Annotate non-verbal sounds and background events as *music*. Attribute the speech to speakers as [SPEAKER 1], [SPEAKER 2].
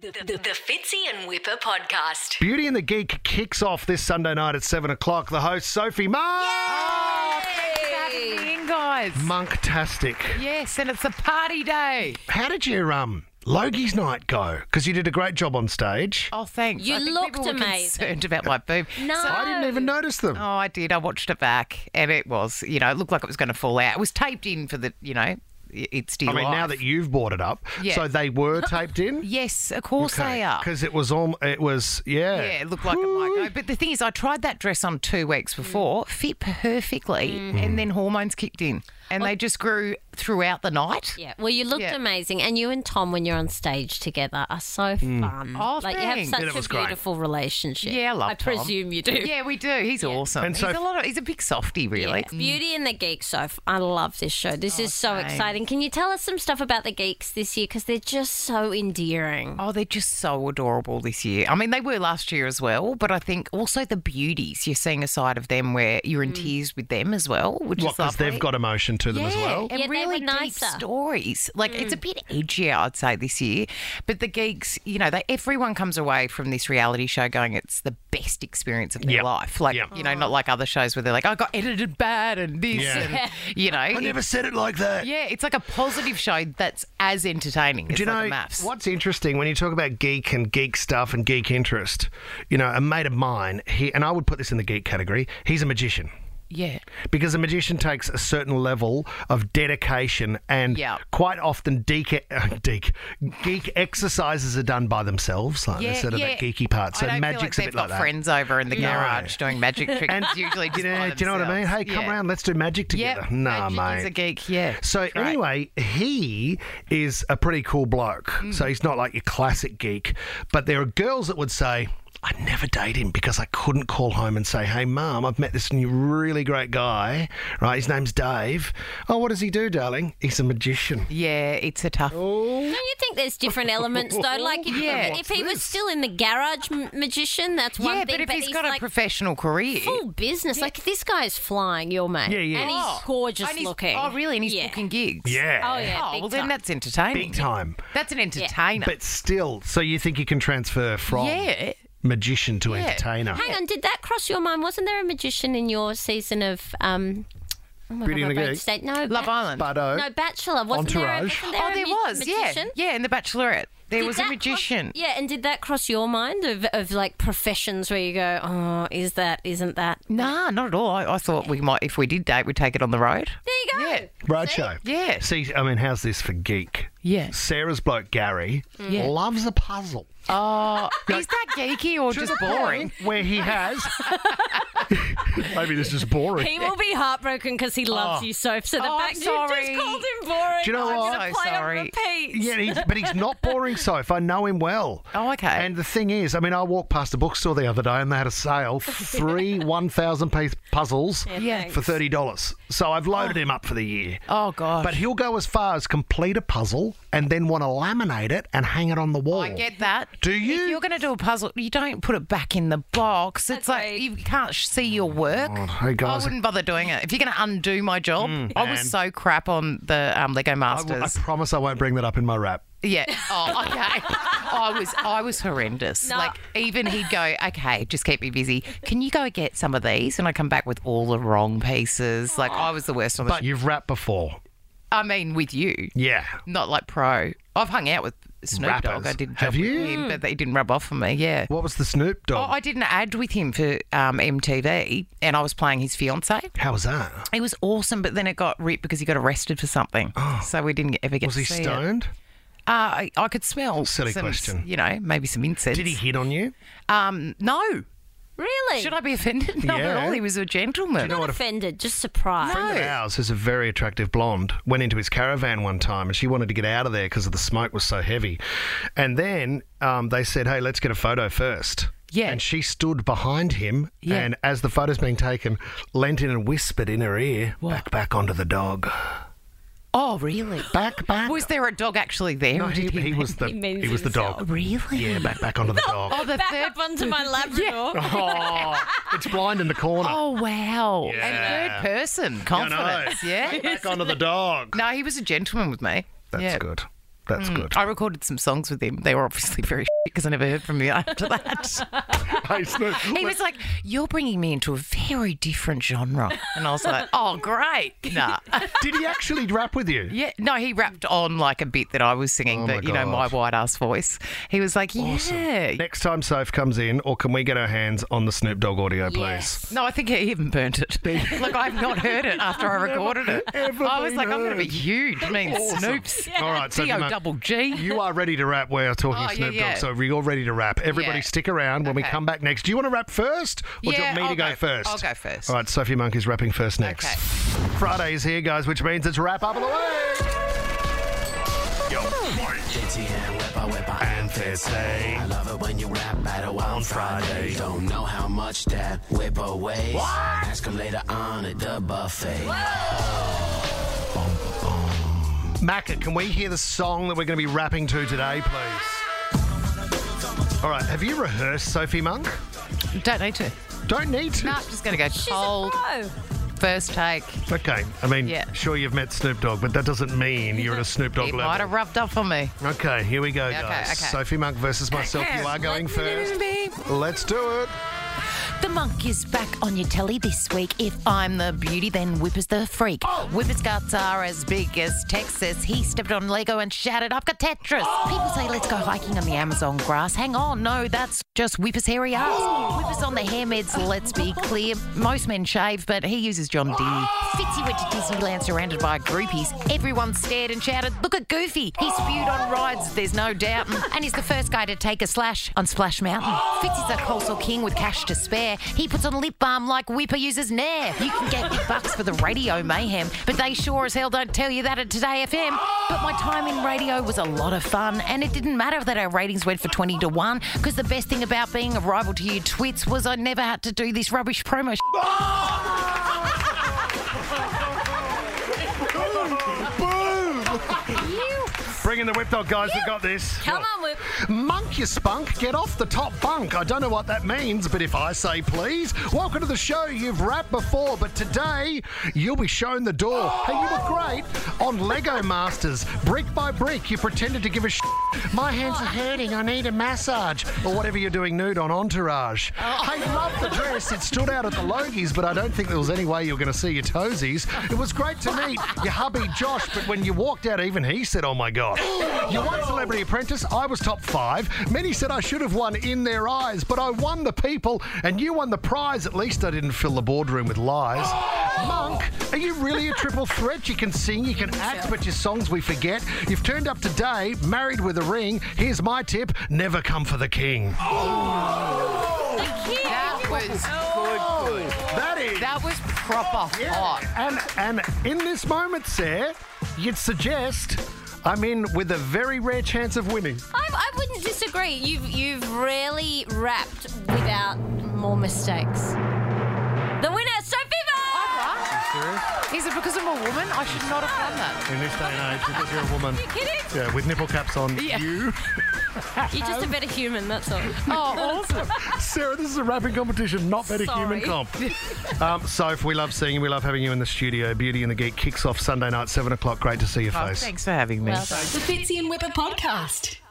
[SPEAKER 1] The, the, the Fitzy and Whipper podcast.
[SPEAKER 2] Beauty and the Geek kicks off this Sunday night at 7 o'clock. The host, Sophie Mark.
[SPEAKER 3] having me in, guys.
[SPEAKER 2] Monktastic.
[SPEAKER 3] Yes, and it's a party day.
[SPEAKER 2] How did your um, Logie's night go? Because you did a great job on stage.
[SPEAKER 3] Oh, thanks.
[SPEAKER 4] You
[SPEAKER 3] I think
[SPEAKER 4] looked
[SPEAKER 3] people were
[SPEAKER 4] amazing.
[SPEAKER 3] Concerned about my boob.
[SPEAKER 4] No.
[SPEAKER 2] I didn't even notice them.
[SPEAKER 3] Oh, I did. I watched it back, and it was, you know, it looked like it was going to fall out. It was taped in for the, you know, i- it's still.
[SPEAKER 2] I mean, now that you've brought it up,
[SPEAKER 3] Yeah.
[SPEAKER 2] so they
[SPEAKER 3] *laughs*
[SPEAKER 2] were taped in.
[SPEAKER 3] Yes, of course they are.
[SPEAKER 2] Because it was all. It was yeah.
[SPEAKER 3] Yeah, it looked like it might go. But the thing is, I tried that dress on two
[SPEAKER 4] Mm.
[SPEAKER 3] weeks before, fit perfectly, and then hormones kicked in, and they just grew throughout the night.
[SPEAKER 4] Oh. Yeah, well, you looked
[SPEAKER 3] Yeah.
[SPEAKER 4] amazing, and you and Tom, when you're on stage together, are so
[SPEAKER 2] Mm.
[SPEAKER 4] fun.
[SPEAKER 3] Oh,
[SPEAKER 4] like you have
[SPEAKER 3] thanks.
[SPEAKER 4] such
[SPEAKER 2] Yeah, it was
[SPEAKER 4] a
[SPEAKER 2] great.
[SPEAKER 4] beautiful relationship.
[SPEAKER 3] Yeah, I love
[SPEAKER 4] I
[SPEAKER 3] Tom.
[SPEAKER 4] presume you do.
[SPEAKER 3] Yeah, we do. He's awesome.
[SPEAKER 2] And
[SPEAKER 3] he's
[SPEAKER 2] so-
[SPEAKER 3] a lot of. He's a big softy, really. Mm.
[SPEAKER 4] Yeah. Beauty and the Geek, so f- I love this show. This is so
[SPEAKER 3] Oh, thanks.
[SPEAKER 4] exciting. Can you tell us some stuff about the geeks this year? Because they're just so endearing.
[SPEAKER 3] Oh, they're just so adorable this year. I mean, they were last year as well, but I think also the beauties. You're seeing a side of them where you're in
[SPEAKER 4] Mm.
[SPEAKER 3] tears with them as well, which
[SPEAKER 2] What?
[SPEAKER 3] is
[SPEAKER 2] Because
[SPEAKER 3] lovely.
[SPEAKER 2] they've got emotion to them as
[SPEAKER 3] Yeah,
[SPEAKER 2] well.
[SPEAKER 3] and
[SPEAKER 4] Yeah, they
[SPEAKER 3] really
[SPEAKER 4] were nicer. Mm.
[SPEAKER 3] deep stories. Like it's a bit edgier, I'd say, this year. But the geeks, you know, they everyone comes away from this reality show going, it's the best experience of their
[SPEAKER 2] Yep.
[SPEAKER 3] life. Like
[SPEAKER 2] Yep.
[SPEAKER 3] you know, not like other shows where they're like, I got edited bad and this,
[SPEAKER 2] Yeah.
[SPEAKER 4] *laughs*
[SPEAKER 3] and you know,
[SPEAKER 2] I never said it like that.
[SPEAKER 3] yeah, it's like a positive show that's as entertaining. It's
[SPEAKER 2] Do you
[SPEAKER 3] like
[SPEAKER 2] know
[SPEAKER 3] a maths.
[SPEAKER 2] what's interesting when you talk about geek and geek stuff and geek interest? You know, a mate of mine, he and I would put this in the geek category. He's a magician
[SPEAKER 3] Yeah.
[SPEAKER 2] because a magician takes a certain level of dedication and
[SPEAKER 3] Yeah.
[SPEAKER 2] quite often deek, uh, deek, geek exercises are done by themselves, like instead of that geeky part. So
[SPEAKER 3] I don't
[SPEAKER 2] magic's
[SPEAKER 3] feel
[SPEAKER 2] a
[SPEAKER 3] like they've
[SPEAKER 2] bit like
[SPEAKER 3] got
[SPEAKER 2] that.
[SPEAKER 3] friends over in the garage
[SPEAKER 2] *laughs*
[SPEAKER 3] doing magic tricks.
[SPEAKER 2] And-
[SPEAKER 3] usually,
[SPEAKER 2] Do
[SPEAKER 3] just
[SPEAKER 2] you,
[SPEAKER 3] by
[SPEAKER 2] know, do you know what I mean? Hey,
[SPEAKER 3] themselves.
[SPEAKER 2] come
[SPEAKER 3] Yeah.
[SPEAKER 2] round, let's do magic
[SPEAKER 3] Yep.
[SPEAKER 2] together. Nah,
[SPEAKER 3] Magic
[SPEAKER 2] mate.
[SPEAKER 3] is a geek. Yeah.
[SPEAKER 2] So
[SPEAKER 3] That's right.
[SPEAKER 2] anyway, he is a pretty cool bloke.
[SPEAKER 3] Hmm.
[SPEAKER 2] So he's not like your classic geek, but there are girls that would say. I never date him because I couldn't call home and say, "Hey, mum, I've met this new really great guy. Right, his name's Dave. Oh, what does he do, darling? He's a magician.
[SPEAKER 3] Yeah, it's a tough.
[SPEAKER 4] Don't you think
[SPEAKER 3] *laughs*
[SPEAKER 4] there's different elements though? Like if,
[SPEAKER 3] Oh, Yeah.
[SPEAKER 4] if he was still in the garage m- magician, that's one
[SPEAKER 3] yeah,
[SPEAKER 4] thing.
[SPEAKER 3] but if he's got a
[SPEAKER 4] like
[SPEAKER 3] professional career.
[SPEAKER 4] full business, like this guy is flying your mate.
[SPEAKER 2] Yeah, yeah.
[SPEAKER 4] And
[SPEAKER 3] Oh,
[SPEAKER 4] he's gorgeous
[SPEAKER 3] and he's-
[SPEAKER 4] looking.
[SPEAKER 3] Oh, really? And he's
[SPEAKER 4] yeah.
[SPEAKER 3] booking gigs.
[SPEAKER 2] Yeah,
[SPEAKER 4] Oh yeah.
[SPEAKER 3] Oh,
[SPEAKER 4] big
[SPEAKER 3] well, then
[SPEAKER 4] time.
[SPEAKER 3] that's entertaining.
[SPEAKER 2] big time.
[SPEAKER 3] That's an entertainer.
[SPEAKER 2] But still, so you think you can transfer from
[SPEAKER 3] yeah.
[SPEAKER 2] magician to
[SPEAKER 3] Yeah.
[SPEAKER 2] entertainer?
[SPEAKER 4] Hang on, did that cross your mind? Wasn't there a magician in your season of um? Oh my
[SPEAKER 2] Beauty
[SPEAKER 4] God,
[SPEAKER 2] and
[SPEAKER 4] my
[SPEAKER 2] the
[SPEAKER 4] brain's
[SPEAKER 2] Geek?
[SPEAKER 4] state. No,
[SPEAKER 3] Love
[SPEAKER 4] Ba-
[SPEAKER 3] Island.
[SPEAKER 2] Bardo.
[SPEAKER 4] No, Bachelor. Wasn't
[SPEAKER 2] Entourage.
[SPEAKER 4] there? A, wasn't there
[SPEAKER 3] oh,
[SPEAKER 4] a
[SPEAKER 3] there
[SPEAKER 4] ma-
[SPEAKER 3] was.
[SPEAKER 4] magician?
[SPEAKER 3] Yeah. Yeah, in The Bachelorette. There
[SPEAKER 4] Did
[SPEAKER 3] was a
[SPEAKER 4] that
[SPEAKER 3] magician.
[SPEAKER 4] Cross, yeah, and did that cross your mind of, of like professions where you go, oh, is that, isn't that?
[SPEAKER 3] Nah, not at all. I, I thought we might, if we did date, we'd take it on the road.
[SPEAKER 4] There you go.
[SPEAKER 3] Yeah.
[SPEAKER 2] Roadshow.
[SPEAKER 3] Yeah.
[SPEAKER 2] See, I mean, how's this for geek?
[SPEAKER 3] Yeah.
[SPEAKER 2] Sarah's bloke Gary
[SPEAKER 3] Yeah.
[SPEAKER 2] loves a puzzle.
[SPEAKER 3] Oh, is that geeky or just boring?
[SPEAKER 2] Where he has. *laughs* Maybe this is boring.
[SPEAKER 4] He will be heartbroken because he loves
[SPEAKER 2] Oh.
[SPEAKER 4] you, Soph. So the
[SPEAKER 3] Oh, I'm
[SPEAKER 4] fact you
[SPEAKER 3] sorry.
[SPEAKER 4] just called him boring.
[SPEAKER 2] Do you know
[SPEAKER 4] I'm
[SPEAKER 2] what?
[SPEAKER 4] gonna
[SPEAKER 3] So
[SPEAKER 4] play
[SPEAKER 3] sorry.
[SPEAKER 4] on repeat.
[SPEAKER 2] Yeah, he's, but he's not boring, so if I know him well.
[SPEAKER 3] Oh, okay.
[SPEAKER 2] And the thing is, I mean, I walked past a bookstore the other day and they had a sale
[SPEAKER 3] *laughs*
[SPEAKER 2] three 1,000 piece puzzles
[SPEAKER 3] Yeah.
[SPEAKER 2] for $30. So I've loaded him up for the year.
[SPEAKER 3] Oh, gosh.
[SPEAKER 2] But he'll go as far as complete a puzzle and then want to laminate it and hang it on the wall.
[SPEAKER 3] I get that.
[SPEAKER 2] Do you?
[SPEAKER 3] If you're going to do a puzzle, you don't put it back in the box. It's like
[SPEAKER 4] Agreed.
[SPEAKER 3] you can't sh- see your work.
[SPEAKER 2] Oh, Hey, guys. Mm,
[SPEAKER 3] I wouldn't bother doing it. If you're going to undo my job, I was
[SPEAKER 2] and-
[SPEAKER 3] so crap on the um, Lego
[SPEAKER 2] I, will- I
[SPEAKER 3] Masters.
[SPEAKER 2] promise I won't bring that up in my rap.
[SPEAKER 3] yeah. Oh, okay. I was I was horrendous.
[SPEAKER 4] No.
[SPEAKER 3] Like even he'd go, okay, just keep me busy. Can you go get some of these? And I come back with all the wrong pieces. Like I was the worst on the.
[SPEAKER 2] But you've rapped before.
[SPEAKER 3] I mean, with you,
[SPEAKER 2] Yeah.
[SPEAKER 3] not like pro. I've hung out with Snoop
[SPEAKER 2] Rappers.
[SPEAKER 3] Dogg. I did a
[SPEAKER 2] Have
[SPEAKER 3] job with
[SPEAKER 2] you?
[SPEAKER 3] him, but he didn't rub off on me. Yeah.
[SPEAKER 2] What was the Snoop
[SPEAKER 3] Oh,
[SPEAKER 2] Dogg?
[SPEAKER 3] I did an ad with him for um, MTV, and I was playing his fiance.
[SPEAKER 2] How was that?
[SPEAKER 3] It was awesome, but then it got ripped because he got arrested for something. So we didn't ever
[SPEAKER 2] Oh.
[SPEAKER 3] get.
[SPEAKER 2] Was
[SPEAKER 3] to
[SPEAKER 2] he
[SPEAKER 3] see it.
[SPEAKER 2] stoned?
[SPEAKER 3] Uh, I, I could smell.
[SPEAKER 2] Silly
[SPEAKER 3] some,
[SPEAKER 2] question.
[SPEAKER 3] You know, maybe some incense.
[SPEAKER 2] Did he hit on you?
[SPEAKER 3] Um, no.
[SPEAKER 4] Really?
[SPEAKER 3] Should I be offended? *laughs* Not
[SPEAKER 2] Yeah.
[SPEAKER 3] at all. He was a gentleman.
[SPEAKER 4] Not offended, just surprised.
[SPEAKER 3] No.
[SPEAKER 2] Ours, who's a very attractive blonde, went into his caravan one time and she wanted to get out of there because the smoke was so heavy. And then um, they said, hey, let's get a photo first.
[SPEAKER 3] Yeah.
[SPEAKER 2] And she stood behind him
[SPEAKER 3] Yeah.
[SPEAKER 2] and as the photo's being taken, leant in and whispered in her ear, back, back onto the dog.
[SPEAKER 3] Oh, really?
[SPEAKER 2] Back, back.
[SPEAKER 3] Was there a dog actually there?
[SPEAKER 2] *laughs* no,
[SPEAKER 3] or
[SPEAKER 2] he,
[SPEAKER 3] did
[SPEAKER 2] he was
[SPEAKER 3] *laughs*
[SPEAKER 2] the, he,
[SPEAKER 4] means
[SPEAKER 2] was the
[SPEAKER 3] Oh,
[SPEAKER 2] dog.
[SPEAKER 3] really?
[SPEAKER 2] Yeah, back, back
[SPEAKER 3] *laughs*
[SPEAKER 2] onto the dog.
[SPEAKER 3] Oh, the
[SPEAKER 4] Back
[SPEAKER 3] third. *laughs*
[SPEAKER 4] up onto my Labrador.
[SPEAKER 2] *laughs* Oh, it's blind in the corner.
[SPEAKER 3] Oh, wow.
[SPEAKER 2] Yeah.
[SPEAKER 3] And third person
[SPEAKER 2] I know.
[SPEAKER 3] confidence. Yeah.
[SPEAKER 2] Back onto the dog.
[SPEAKER 3] *laughs* No, he was a gentleman with me.
[SPEAKER 2] That's
[SPEAKER 3] yeah. Hmm.
[SPEAKER 2] good. That's good.
[SPEAKER 3] I recorded some songs with him. They were obviously very *laughs* because I never heard from him
[SPEAKER 2] *laughs*
[SPEAKER 3] after that.
[SPEAKER 2] Hey, Snoop.
[SPEAKER 3] *laughs* he was like, "You're bringing me into a very different genre," and I
[SPEAKER 2] *laughs*
[SPEAKER 3] was like, "Oh, great!" *laughs* Nah,
[SPEAKER 2] Did
[SPEAKER 3] *laughs*
[SPEAKER 2] he actually rap with you?
[SPEAKER 3] yeah, no. He rapped on like a bit that I was singing,
[SPEAKER 2] Oh, my
[SPEAKER 3] but you know my
[SPEAKER 2] God.
[SPEAKER 3] white ass voice. He was like, "Yeah."
[SPEAKER 2] Next time Soph comes in, or can we get our hands on the Snoop Dogg audio, please?
[SPEAKER 3] *laughs*
[SPEAKER 4] Yes.
[SPEAKER 3] No, I think he even burnt it. *laughs* Look, I've not heard it after I recorded it.
[SPEAKER 2] ever
[SPEAKER 3] I was
[SPEAKER 2] been
[SPEAKER 3] like, I'm going to be
[SPEAKER 2] heard.
[SPEAKER 3] huge. I mean, Snoop's
[SPEAKER 2] All right, so
[SPEAKER 3] D
[SPEAKER 2] you
[SPEAKER 3] O
[SPEAKER 2] might-
[SPEAKER 3] double G.
[SPEAKER 2] You are ready to rap. We're talking
[SPEAKER 3] Oh, yeah,
[SPEAKER 2] Snoop Dogg,
[SPEAKER 3] yeah.
[SPEAKER 2] so if you're ready to rap. Everybody,
[SPEAKER 3] Yeah.
[SPEAKER 2] stick around when we
[SPEAKER 3] Okay.
[SPEAKER 2] come back next. Do you want to rap first, or do you
[SPEAKER 3] Yeah,
[SPEAKER 2] want me to go,
[SPEAKER 3] I'll go-
[SPEAKER 2] first?
[SPEAKER 3] I'll go first.
[SPEAKER 2] All right, Sophie Monk is rapping first next.
[SPEAKER 3] Okay.
[SPEAKER 2] Friday's here, guys, which means it's wrap up and away.
[SPEAKER 5] JTN, whipper, whipper,
[SPEAKER 2] And they say,
[SPEAKER 5] I love it when you rap battle on Friday. Don't know how much that whipper weighs. Ask him later on at the buffet.
[SPEAKER 2] Macca, can we hear the song that we're going to be rapping to today, please? All right, have you rehearsed, Sophie Monk?
[SPEAKER 3] Don't need to.
[SPEAKER 2] Don't need to.
[SPEAKER 3] No, I'm just going to go
[SPEAKER 4] She's
[SPEAKER 3] cold
[SPEAKER 4] a
[SPEAKER 3] first take.
[SPEAKER 2] Okay, I mean,
[SPEAKER 3] Yeah.
[SPEAKER 2] sure you've met Snoop Dogg, but that doesn't mean you're at a Snoop Dogg
[SPEAKER 3] It
[SPEAKER 2] level.
[SPEAKER 3] might have rubbed off on me.
[SPEAKER 2] Okay, here we go,
[SPEAKER 3] Okay,
[SPEAKER 2] guys.
[SPEAKER 3] okay.
[SPEAKER 2] Sophie Monk versus myself. You are going first. Let's do it.
[SPEAKER 3] The monk is back on your telly this week. If I'm the beauty, then Whipper's the freak. Whipper's guts are as big as Texas. He stepped on Lego and shouted, I've got Tetris. People say, let's go hiking on the Amazon grass. Hang on, no, that's just Whipper's hairy ass. Whipper's on the hair meds, let's be clear. Most men shave, but he uses John D. Fitzy went to Disneyland surrounded by groupies. Everyone stared and shouted, look at Goofy. He spewed on rides, there's no doubt. And he's the first guy to take a slash on Splash Mountain. Fitz is a coastal king with cash to spare. He puts on lip balm like Whipper uses Nair. You can get big bucks for the radio mayhem, but they sure as hell don't tell you that at Today FM. But my time in radio was a lot of fun, and it didn't matter that our ratings went for 20 to 1, because the best thing about being a rival to you twits was I never had to do this rubbish promo. sh-
[SPEAKER 2] Bring in the whip dog, guys. We got this.
[SPEAKER 4] Come on, Whip.
[SPEAKER 2] Monk, you spunk, get off the top bunk. I don't know what that means, but if I say please, welcome to the show. You've rapped before, but today you'll be shown the door. Hey, you were great on Lego Masters. Brick by brick, you pretended to give a sh. My hands
[SPEAKER 4] Oh.
[SPEAKER 2] are hurting, I need a massage. Or whatever you're doing nude on Entourage.
[SPEAKER 4] Oh.
[SPEAKER 2] Hey, love the dress. It stood out at the Logies, but I don't think there was any way you were going to see your toesies. It was great to meet your hubby Josh, but when you walked out, even he said, oh my God. You won Celebrity Apprentice. I was top five. Many said I should have won in their eyes, but I won the people, and you won the prize. At least I didn't fill the boardroom with lies. Monk, are you really a triple threat? You can sing, you can act, but your songs we forget. You've turned up today, married with a ring. Here's my tip never come for the king.
[SPEAKER 3] That was,
[SPEAKER 2] That is.
[SPEAKER 3] that was proper hot.
[SPEAKER 2] And and in this moment, sir, you'd suggest I'm in with a very rare chance of winning.
[SPEAKER 4] I, I wouldn't disagree. You've you've rarely rapped without more mistakes. The winner, Sophie Monk.
[SPEAKER 3] Is it because I'm a woman? I should not have done that.
[SPEAKER 2] In this day and age, because you're a woman.
[SPEAKER 4] You kidding?
[SPEAKER 2] Yeah, with nipple caps on. You. *laughs*
[SPEAKER 4] You're just a better human. That's all.
[SPEAKER 3] Oh, awesome.
[SPEAKER 2] Sarah, this is a rapping competition, not better human
[SPEAKER 4] Sorry. *laughs*
[SPEAKER 2] comp. um, Soph, we love seeing you. We love having you in the studio. Beauty and the
[SPEAKER 4] Oh,
[SPEAKER 2] Geek kicks off Sunday night, 7 o'clock. Great to see your face.
[SPEAKER 3] Thanks for having me.
[SPEAKER 1] The Fitzy and Whipper podcast.